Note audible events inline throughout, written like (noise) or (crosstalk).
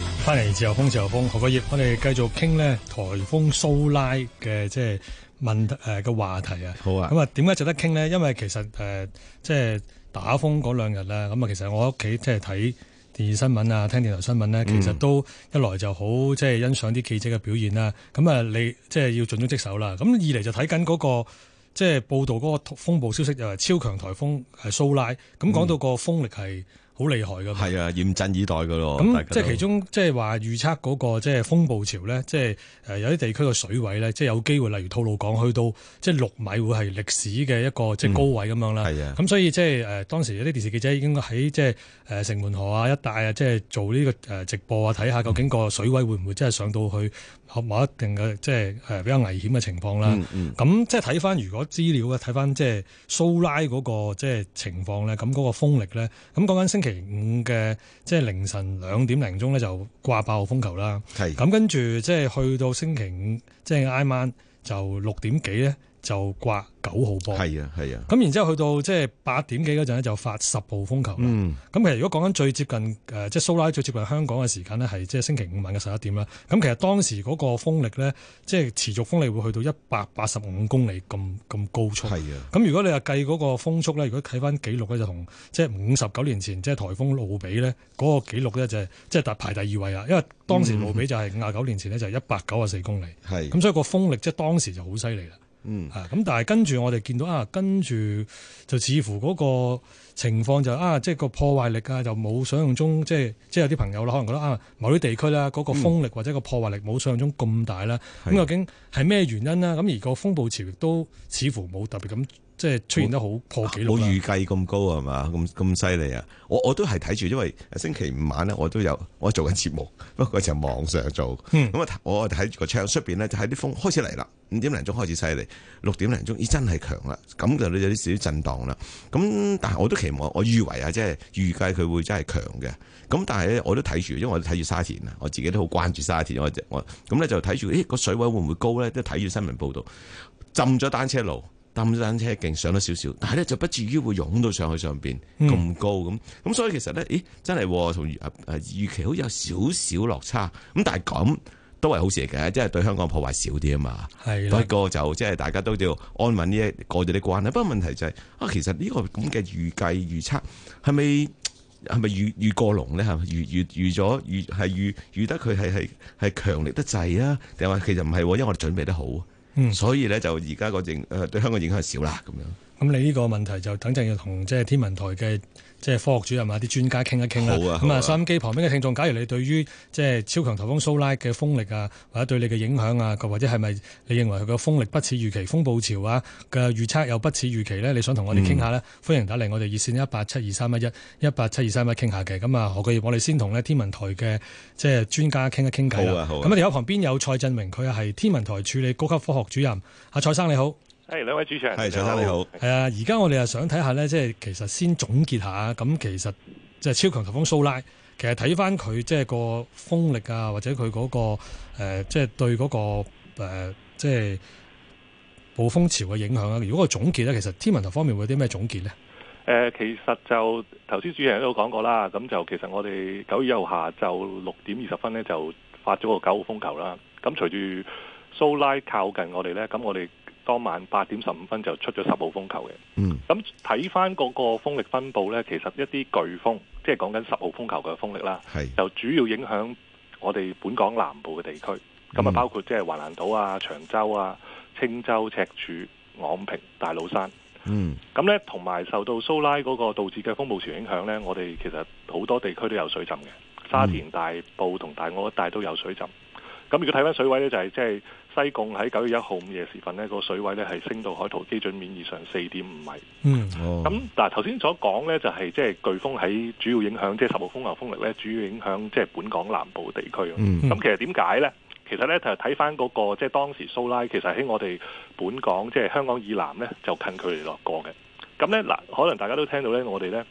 翻嚟自由風，自由風，何國業，我哋繼續傾咧颱風蘇拉嘅即係問誒嘅話題啊。好啊咁，啊，點解值得傾呢？因為其實誒、呃即係打風嗰兩日啦。咁啊，其實我屋企即係睇電視新聞啊，聽電台新聞呢，其實都一來就好即係欣賞啲記者嘅表現啦。咁啊，你即係要盡忠職守啦。咁二嚟就睇緊嗰個即係報道嗰個風暴消息，就係超強颱風誒蘇拉。咁講到個風力係好厲害㗎嘛。係啊，嚴陣以待噶咯。大咁家即都係其中即係話預測嗰個即係風暴潮咧，即係誒有啲地區嘅水位咧，即係有機會，例如吐露港去到即係六米，會係歷史嘅一個即嗯係高位咁樣啦。係啊咁所以即係誒當時有啲電視記者已經喺即係誒城門河啊一帶啊，即係做呢個誒直播啊，睇下嗯究竟個水位會唔會真係上到去某一定嘅即係呃誒比較危險嘅情況啦。嗯嗯咁即係睇翻如果資料咧，啊睇翻即係蘇拉嗰個即係情況咧，咁嗰個風力咧，咁講緊星期五嘅即係凌晨兩點零鐘咧就掛八號風球啦。係咁跟住即係去到星期五，即係挨晚就六點幾咧就掛九號波。係啊係啊，咁然之後去到即係八點幾嗰陣咧就發十號風球啦。嗯咁其實如果講緊最接近誒、呃即係蘇拉最接近香港嘅時間咧，係即係星期五晚嘅十一點啦。咁其實當時嗰個風力咧，即係持續風力會去到一百八十五公里咁咁高速。係啊，咁如果你話計嗰個風速咧，如果睇翻記錄咧，就同即係五十九年前即係颱風路比咧，嗰、個記錄咧就係即係達排第二位啊啦。因為當時路比就係五十九年前咧就係一百九十四公里，係咁所以個風力即係當時就好犀利啦。嗯啊，咁但係跟住我哋見到啊，跟住就似乎嗰個情況就啊，即係個破壞力啊，就冇想象中，即係即係有啲朋友啦，可能覺得啊，某啲地區啦，嗰個風力或者個破壞力冇想象中咁大啦。咁係究竟係咩原因啦？咁而個風暴潮亦都似乎冇特別咁，即係出現得好破紀冇錄啦。預計咁高係嘛？咁咁犀利啊！我我都係睇住，因為星期五晚咧，我都有我做緊節目，不過就網上做。嗯咁啊，我睇住個窗出邊咧，就喺啲風開始嚟啦，五點零鐘開始犀利，六點零鐘咦真係強啦，咁就有啲少少震盪啦。咁但係我都期望，我預為啊，即係預計佢會真係強嘅。咁但係咧，我都睇住，因為我都睇住沙田啊，我自己都好關注沙田。我我咁咧就睇住，咦個水位會唔會高咧？都睇住新聞報道，浸咗單車路。抌咗單車徑上咗少少，但係咧就不至於會湧到上去上邊咁高咁，咁、所以其實咧，咦，真係喎同預誒預期好似有少少落差，咁但係咁都係好事嚟嘅，即係對香港破壞少啲啊嘛。係不啦，過就即係大家都要安穩呢一過咗啲關啦。不過問題就係、啊，其實呢個咁嘅預計預測係咪係咪預預過龍咧？係咪預預預咗預係預預得佢係係係強力得滯啊？定係話其實唔係喎，因為我哋準備得好，啊嗯所以咧就而家個影誒對香港影響少啦咁樣。咁你呢個問題就等陣要同即係天文台嘅即係科學主任啊啲專家傾一傾啦。好啊好咁啊啊，收音機旁邊嘅聽眾，假如你對於即係超強颱風蘇拉嘅風力啊，或者對你嘅影響啊，或者係咪你認為佢嘅風力不似預期，風暴潮啊嘅預測又不似預期呢？你想同我哋傾下呢？嗯歡迎打嚟我哋熱線一八七二三一一一八七二三一傾下嘅。咁啊，何國業，我哋先同呢天文台嘅即係專家傾一傾偈好啊啦。好啊咁我哋喺旁邊有蔡振榮，佢係天文台署理高級科學主任。阿蔡生你好。係兩位主持人，係蔡生你好係啊，而家我哋啊想睇下咧，即係其實先總結下，咁其實即係超強颱風蘇拉，其實睇翻佢即係個風力啊，或者佢嗰、個、呃、即係對嗰、個、呃、即係暴風潮嘅影響啊。如果個總結咧，其實天文台方面會有啲咩總結咧？誒、呃其實就頭先主持人都講過啦，咁就其實我哋九月一號下晝六點二十分呢，就發咗個九號風球啦。咁隨住蘇拉靠近我哋呢，咁我哋當晚八點十五分就出咗十號風球嘅。嗯，咁睇翻嗰個風力分布呢，其實一啲颶風，即係講緊十號風球嘅風力啦，係就主要影響我哋本港南部嘅地區。咁啊，嗯包括即係橫瀾島啊、長洲啊、青洲、赤柱、昂坪、大老山。嗯咁咧，同埋受到蘇拉嗰個導致嘅風暴潮影響咧，我哋其實好多地區都有水浸嘅，沙田、大埔同大澳一帶都有水浸。咁如果睇翻水位咧，就係即係西貢喺九月一號午夜時分咧，個水位咧係升到海圖基準面以上四點五米。嗯哦咁嗱，頭先所講咧，就係即係颶風喺主要影響，即係十號風球風力咧，主要影響即係本港南部地區。嗯咁其實點解呢？其實呢，就係睇翻嗰個即係當時蘇拉，其實喺我哋本港即係香港以南呢，就近距離落過嘅。咁呢，嗱，可能大家都聽到呢，我哋呢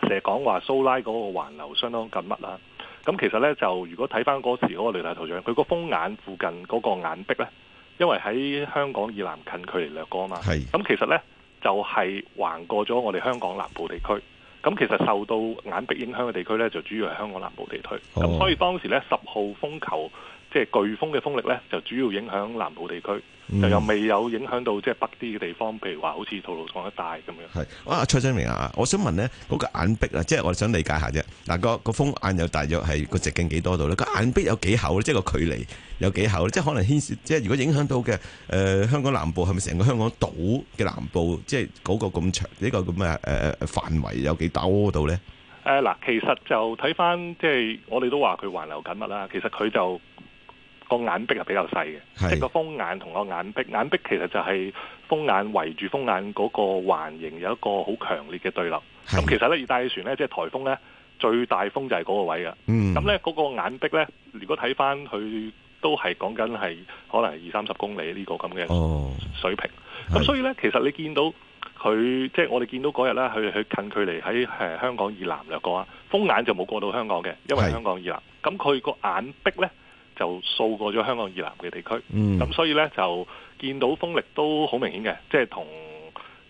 成日講話蘇拉嗰個環流相當緊密啦。咁其實呢，就如果睇翻嗰時嗰個雷達圖像，佢個風眼附近嗰個眼壁呢，因為喺香港以南近距離掠過啊嘛。係咁其實呢，就係、橫過咗我哋香港南部地區。咁其實受到眼鼻影響嘅地區呢，就主要係香港南部地區。咁、哦所以當時呢，十號風球即係颶風嘅風力呢，就主要影響南部地區，嗯就又未有影響到即係北啲嘅地方，譬如話好似吐露港一帶咁樣。係啊，蔡振明啊，我想問咧，嗰、個眼壁啊，即係我想理解下啫。嗱、個個風眼有大約係個直徑幾多度咧？個眼壁有幾厚咧？即係個距離有幾厚咧？即係可能牽涉，即係如果影響到嘅誒、呃香港南部係咪成個香港島嘅南部，即係嗰個咁長呢、個咁嘅呃誒誒範圍有幾多度咧？誒呃嗱、其實就睇翻即係我哋都話佢環流緊密啦，其實佢就個眼壁係比較細嘅。即係個係風眼同個眼壁，眼壁其實就係風眼圍住風眼嗰個環形有一個好強烈嘅對流。咁係其實咧，熱帶氣旋咧，即係颱風咧，最大風就係嗰個位嘅。嗯咁咧，嗰個眼壁咧，如果睇翻佢都係講緊係可能二三十公里呢個咁嘅哦水平。係咁所以咧，其實你見到佢即係我哋見到嗰日咧，佢佢近距離喺誒香港以南掠過啊，風眼就冇過到香港嘅，因為係香港以南。咁佢個眼壁咧就掃過咗香港以南嘅地區。嗯咁所以咧就見到風力都好明顯嘅，即係同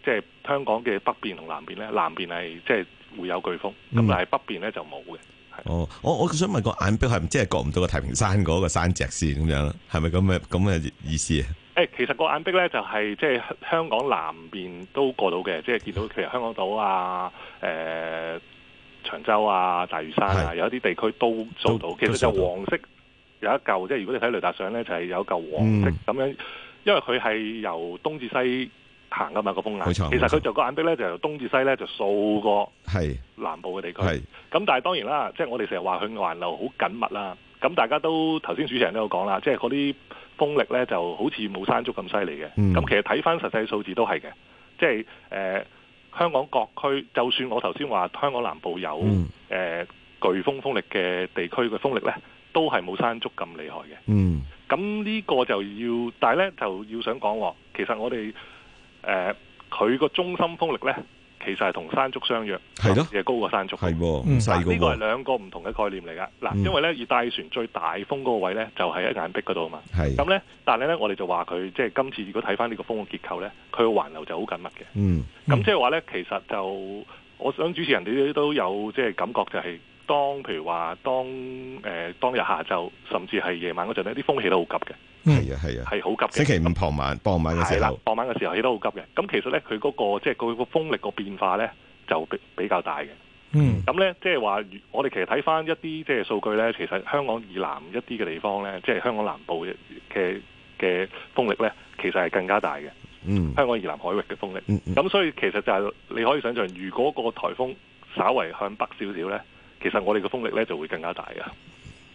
即係香港嘅北邊同南邊咧，南邊係即係會有颶風，咁嗯但係北邊咧就冇嘅。哦，我我想問個眼壁係咪即係過唔到個太平山嗰個山脊線咁樣？係咪咁嘅咁嘅意思啊？誒，其實個眼壁咧就係、即係香港南邊都過到嘅，即係見到譬如香港島啊、誒、長洲啊、大嶼山啊，係有一啲地區都都掃到。其實就都掃到黃色有一嚿，即係如果你睇雷達相咧，就係、有一嚿黃色嗯咁樣，因為佢係由東至西行噶嘛個風眼。冇錯其冇實錯佢就個眼壁咧就由東至西咧就掃過係南部嘅地區。係咁但係當然啦，即係我哋成日話佢環流好緊密啦。咁大家都頭先主持人都有講啦，即係嗰啲風力咧就好似冇山竹咁犀利嘅。咁、嗯其實睇翻實際數字都係嘅，即係誒、呃香港各區，就算我頭先話香港南部有誒、嗯呃、颶風風力嘅地區嘅風力咧，都係冇山竹咁厲害嘅。嗯咁呢個就要，但係咧就要想講喎，其實我哋誒佢個中心風力咧，其實係同山竹相若，係咯甚至係高過山竹嘅。係喎，嗯唔細嗱個呢個係喎，兩個唔同嘅概念嚟噶。嗱，嗯因為咧熱帶氣旋最大風嗰個位咧，就係喺眼壁嗰度啊嘛。係咁咧，但係咧，我哋就話佢即係今次如果睇翻呢個風嘅結構咧，佢嘅環流就好緊密嘅。嗯咁嗯即係話咧，其實就我想主持人哋都有即係感覺就係、當譬如話當誒、呃、當日下晝，甚至係夜晚嗰陣咧，啲風起得好急嘅，係啊係啊。嗯係好急星嘅。期五傍晚傍晚嘅係時啦候，，傍晚嘅時候起得好急嘅。咁其實咧，佢嗰、個即係佢個風力個變化咧，就比比較大嘅。嗯咁咧，即係話，如我哋其實睇翻一啲即係數據咧，其實香港以南一啲嘅地方咧，即係香港南部嘅嘅嘅風力咧，其實係更加大嘅。嗯香港以南海域嘅風力，嗯嗯咁所以其實就係、你可以想象，如果個颱風稍為向北少少咧，其實我哋嘅風力咧就會更加大嘅。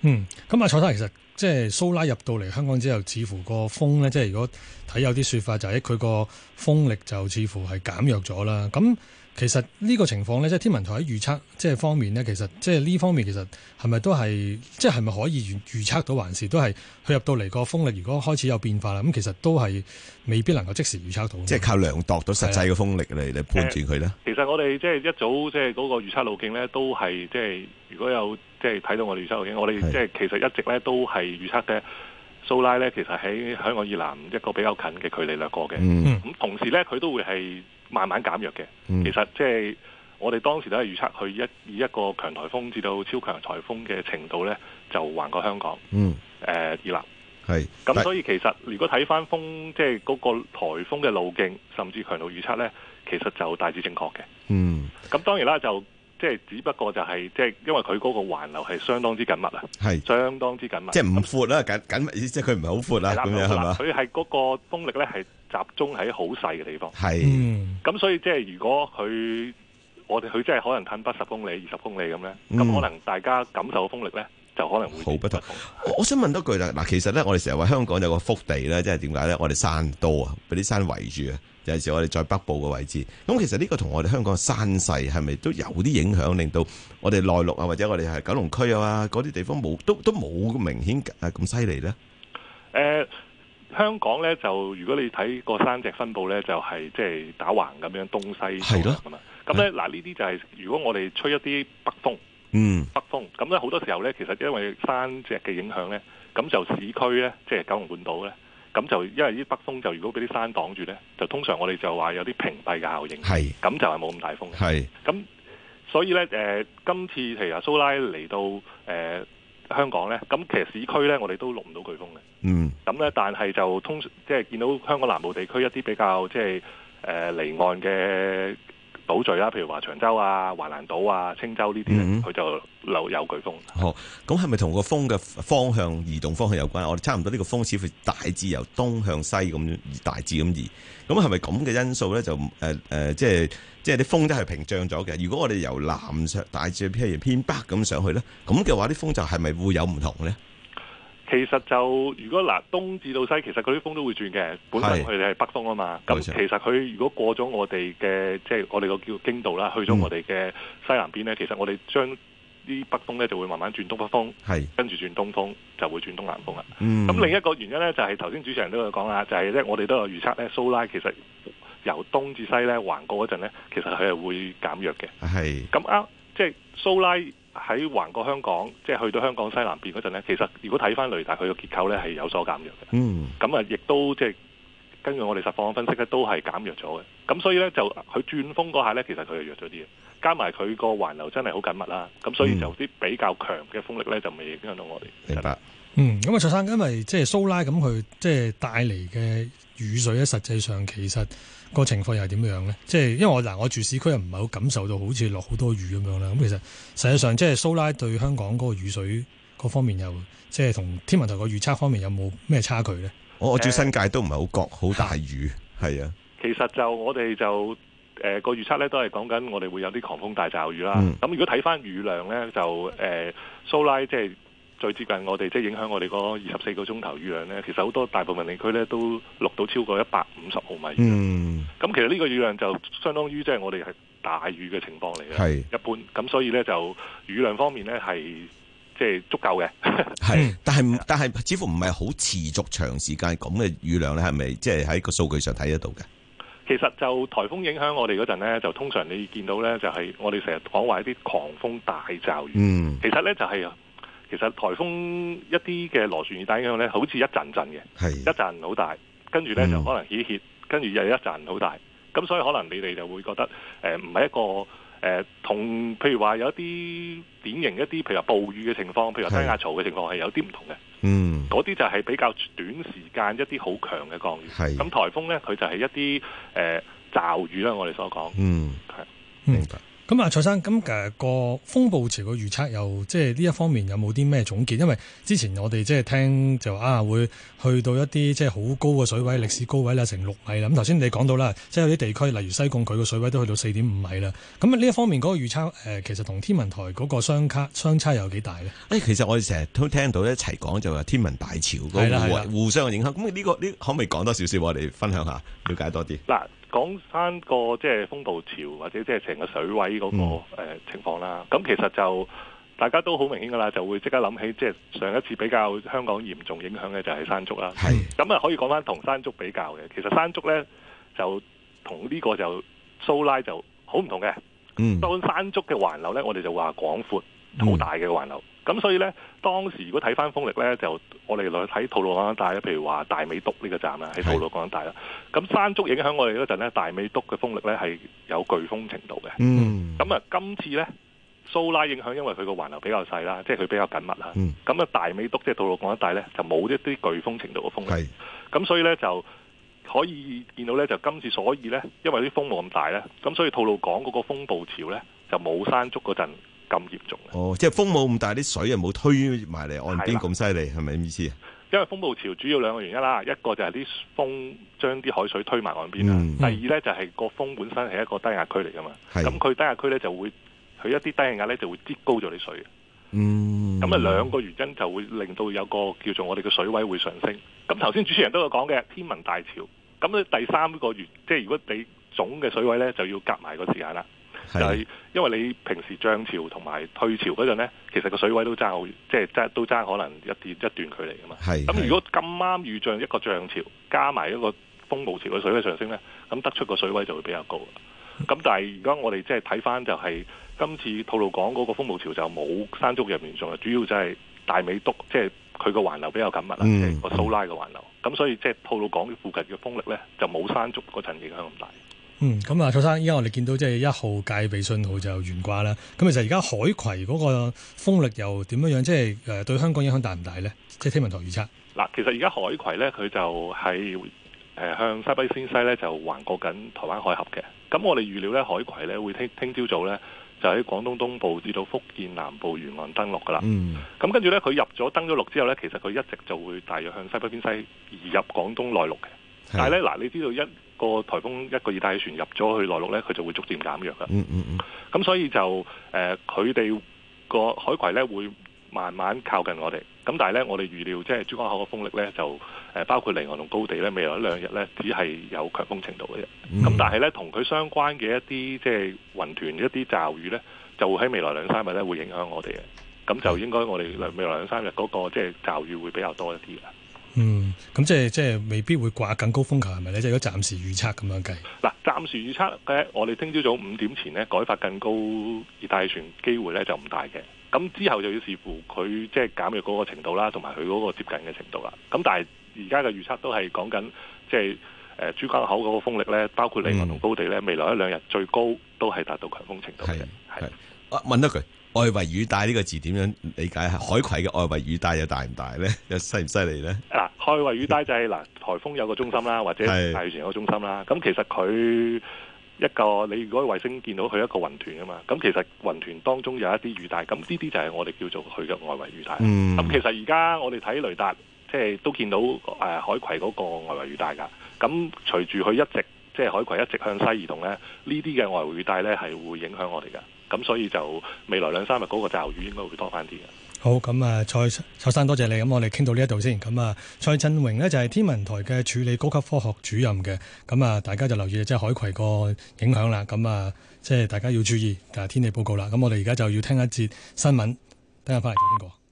嗯，咁啊，蔡生其實即係蘇拉入到嚟香港之後，似乎個風咧，即係如果睇有啲說法就係佢個風力就似乎係減弱咗啦。咁其實呢個情況咧，即係天文台喺預測即係方面咧，其實即係呢方面其實係咪都係即係係咪可以預預測到，還是都係佢入到嚟個風力如果開始有變化啦，咁其實都係未必能夠即時預測到。即係靠量度到實際嘅風力嚟嚟判斷佢啦。其實我哋即係一早即係嗰個預測路徑咧，都係即係如果有即係睇到我哋預測路徑，我哋係即係其實一直咧都係預測嘅蘇拉咧，其實喺香港以南一個比較近嘅距離掠過嘅。嗯咁同時咧，佢都會係慢慢減弱嘅。嗯其實即係我哋當時都係預測佢一以一個強颱風至到超強颱風嘅程度咧，就橫過香港嗯誒以南。係。咁但所以其實如果睇翻風即係嗰個颱風嘅路徑，甚至強度預測咧，其實就大致正確嘅。嗯咁當然啦，就即係只不過就係即係因為佢嗰個環流係相當之緊密啊，係相當之緊密。即係唔闊啦，緊緊密即係佢唔係好闊啦，係啦咁樣係嘛？佢係嗰個風力咧係集中喺好細嘅地方。係嗯咁所以即係如果佢我哋佢真係可能褪北十公里、二十公里咁咧，咁、嗯可能大家感受嘅風力咧就可能會好不同同。我我想問多句啦，嗱，其實咧，我哋成日話香港有個福地咧，即係點解咧？我哋山多啊，俾啲山圍住啊。有陣時我哋在北部嘅位置，咁其實呢個同我哋香港嘅山勢係咪都有啲影響，令到我哋內陸啊，或者我哋係九龍區啊嗰啲地方冇都都冇咁明顯誒咁犀利咧？誒、香港咧就如果你睇個山脊分佈咧，就係即係打橫咁樣東西係咯咁啊。咁咧嗱，呢啲就係如果我哋吹一啲北風，嗯，北風咁咧好多時候咧，其實因為山脊嘅影響咧，咁就市區咧，即係九龍半島咧，咁就因為啲北風就如果俾啲山擋住咧，就通常我哋就話有啲屏蔽嘅效應，係咁就係冇咁大風嘅。係咁所以咧誒、呃今次其實蘇拉嚟到誒、呃香港咧，咁其實市區咧我哋都錄唔到颶風嘅。嗯咁咧，但係就通常即係見到香港南部地區一啲比較即係誒離岸嘅島嶼啦，譬如話長洲啊、橫瀾島啊、青洲呢啲咧，嗯佢、就留有颶風。好，咁係咪同個風嘅方向移動方向有關？我哋差唔多呢個風似乎大致由東向西咁大致咁移，咁係咪咁嘅因素咧？就誒誒、呃即係即係啲風都係屏障咗嘅。如果我哋由南上大致譬如偏北咁上去咧，咁嘅話啲風就係咪會有唔同咧？其實就如果嗱東至到西，其實嗰啲風都會轉嘅。本係身佢哋係北風啊嘛，咁冇其錯實佢如果過咗我哋嘅即係我哋個叫經度啦，去咗嗯我哋嘅西南邊咧，其實我哋將啲北風咧就會慢慢轉東北風，係，跟住轉東風就會轉東南風啦。嗯，咁另一個原因咧，就係頭先主持人都有講啦，就係咧我哋都有預測咧，蘇拉其實由東至西咧橫過嗰陣咧，其實佢係會減弱嘅。係咁啱，即係蘇拉喺橫過香港，即係去到香港西南邊嗰陣咧，其實如果睇翻雷達佢嘅結構咧係有所減弱嘅。嗯咁啊，亦都即係根據我哋實況分析咧，都係減弱咗嘅。咁所以咧就佢轉風嗰下咧，其實佢係弱咗啲嘅。加埋佢個環流真係好緊密啦，咁所以嗯就啲比較強嘅風力咧就未影響到我哋。明白。嗯，咁啊，蔡生，因為即係蘇拉咁，佢即係帶嚟嘅雨水咧，實際上其實個情況又係點樣咧？即係因為我嗱，我住市區又唔係好感受到好似落好多雨咁樣啦。咁其實實際上即係蘇拉對香港嗰個雨水嗰方面又即係同天文台個預測方面有冇咩差距咧？我我住哦新界都唔係好覺好大雨，係啊，其實就我哋就誒個、預測咧，都係講緊我哋會有啲狂風大驟雨啦嗯。咁、如果睇翻雨量咧，就誒、呃、蘇拉即係最接近我哋，即係影響我哋嗰二十四個鐘頭雨量咧。其實好多大部分地區咧都錄到超過一百五十毫米。咁、嗯其實呢個雨量就相當於即係我哋係大雨嘅情況嚟嘅，係。一般。咁所以咧就雨量方面咧係即係足夠嘅。 (laughs) 係，但係但係，似乎唔係好持續長時間咁嘅雨量咧，係咪即係喺個數據上睇得到嘅？其實就颱風影響我哋嗰陣咧，就通常你見到咧就係、我哋成日講話一啲狂風大驟雨。嗯，其實咧就係、啊，其實颱風一啲嘅螺旋熱帶影響咧，好似一陣陣嘅，一係，陣好大，跟住咧嗯就可能歇一歇，跟住又一陣好大，咁所以可能你哋就會覺得誒唔係一個誒、呃同，譬如話有一啲典型一啲，譬如話暴雨嘅情況，譬如話低壓槽嘅情況係有啲唔同嘅，嗯，嗰啲就係比較短時間一啲好強嘅降雨。係，咁颱風咧佢就係一啲誒、呃、驟雨啦，我哋所講。嗯，明白。咁啊，蔡生，咁誒個風暴潮嘅預測又即係呢一方面有冇啲咩總結？因為之前我哋即係聽就話啊，會去到一啲即係好高嘅水位，歷史高位啦，成六米啦。咁頭先你講到啦，即係有啲地區例如西貢，佢個水位都去到四點五米啦。咁呢一方面嗰個預測誒、呃其實同天文台嗰個相差相差有幾大咧？誒，其實我哋成日都聽到一齊講就話天文大潮嗰係啦係個啦互互相嘅影響。咁呢個呢，可唔可以講多少少？我哋分享下，了解多啲。嗱，講翻個即係風暴潮或者即係成個水位嗰、個、嗯呃情況啦，咁其實就大家都好明顯噶啦，就會即刻諗起即係上一次比較香港嚴重影響嘅就係山竹啦。係，咁啊，可以講翻同山竹比較嘅，其實山竹呢，就同呢個就蘇拉就好唔同嘅。嗯，當山竹嘅環流呢，我哋就話廣闊嗯好大嘅環流。咁所以呢，當時如果睇翻風力呢，就我哋嚟睇吐露港帶咧，譬如話大美督呢個站啦，啊喺係吐露港帶啦。咁山竹影響我哋嗰陣呢，大美督嘅風力呢係有颶風程度嘅。嗯，咁啊，今次呢，蘇拉影響，因為佢個環流比較細啦，即係佢比較緊密啦。嗯咁啊，大美督即係吐露港一帶呢，就冇一啲颶風程度嘅風力。係，咁所以咧就可以見到咧，就今次所以咧，因為啲風冇咁大咧，咁所以吐露港嗰個風暴潮咧就冇山竹嗰陣咁嚴重嘅。哦，即係風冇咁大，啲水又冇推埋嚟岸係邊啦咁犀利，係咪咁意思啊？因為風暴潮主要兩個原因啦，一個就係啲風將啲海水推埋岸邊啦，嗯第二咧就係、個風本身係一個低壓區嚟噶嘛，咁係，佢低壓區咧就會佢一啲低壓咧就會擠高咗啲水嘅，嗯，咁啊兩個原因就會令到有個叫做我哋嘅水位會上升。咁頭先主持人都有講嘅天文大潮，咁咧第三個原即係如果你總嘅水位咧就要夾埋個時間啦。就係係因為你平時漲潮同埋退潮嗰陣咧，其實個水位都爭好，即係爭都爭可能一啲一段距離噶嘛。係，咁啊係如果咁啱遇漲一個漲潮，加埋一個風暴潮嘅水位上升咧，咁得出個水位就會比較高。咁但係而家我哋即係睇翻就係、今次吐露港嗰個風暴潮就冇山竹入面重啊，主要就係大美督，即係佢個環流比較緊密啦，嗯即係個蘇拉嘅環流。咁所以即係吐露港附近嘅風力咧，就冇山竹嗰陣影響咁大。嗯，咁啊，蔡生，依家我哋見到即係一號戒備信號就懸掛啦。咁其實而家海葵嗰個風力又點樣樣？即係誒對香港影響大唔大咧？即係天文台預測。嗱，其實而家海葵咧，佢就係誒向西北偏西咧，就橫過緊台灣海峽嘅。咁我哋預料咧，海葵咧會聽聽朝早咧就喺廣東東部至到福建南部沿岸登陸噶啦。嗯，咁跟住咧，佢入咗登咗陸之後咧，其實佢一直就會大約向西北偏西移入廣東內陸嘅。但係咧，咧，嗱，你知道一個颱風一個熱帶氣旋入咗去內陸咧，佢就會逐漸減弱噶。嗯嗯嗯，咁所以就誒，佢哋個海葵咧會慢慢靠近我哋。咁但係咧，我哋預料即係珠江口嘅風力咧，就誒、呃包括離岸同高地咧，未來一兩日咧，只係有強風程度嘅啫。嗯咁但係咧，同佢相關嘅一啲即係雲團一啲驟雨咧，就會喺未來兩三日咧會影響我哋嘅。咁就應該我哋兩未來兩三日嗰、個即係驟雨會比較多一啲嘅。嗯，咁即係即係未必會掛更高風球係咪咧？即係如果暫時預測咁樣計。嗱，暫時預測咧，我哋聽朝早五點前咧改發更高熱帶氣旋機會咧就唔大嘅。咁之後就要視乎佢即係減弱嗰個程度啦，同埋佢嗰個接近嘅程度啦。咁但係而家嘅預測都係講緊即係誒珠江口嗰個風力咧，包括離岸同高地咧，未來一兩日最高都係達到強風程度嘅係。係係。啊問多句，外圍雨帶呢個字點樣理解下？海葵嘅外圍雨帶又大唔大咧？ (laughs) 又犀唔犀利咧？嗱，海圍雨帶就係嗱，颱風有個中心啦，或者係大氣旋有個中心啦。咁其實佢一個你如果衛星見到佢一個雲團啊嘛，咁其實雲團當中有一啲雨帶，咁呢啲就係我哋叫做佢嘅外圍雨帶。咁、嗯其實而家我哋睇雷達，即係都見到誒、呃海葵嗰個外圍雨帶㗎。咁隨住佢一直即係海葵一直向西移動咧，呢啲嘅外圍雨帶咧係會影響我哋㗎。咁所以就未來兩三日嗰個驟雨應該會多翻啲嘅。好，咁啊，蔡蔡生多謝你，咁我哋傾到呢一度先。咁啊，蔡振榮呢，就係天文台嘅處理高級科學主任嘅，咁啊，大家就留意即係海葵個影響啦。咁啊，即係大家要注意，但係天氣報告啦。咁我哋而家就要聽一節新聞，等下翻嚟再傾過。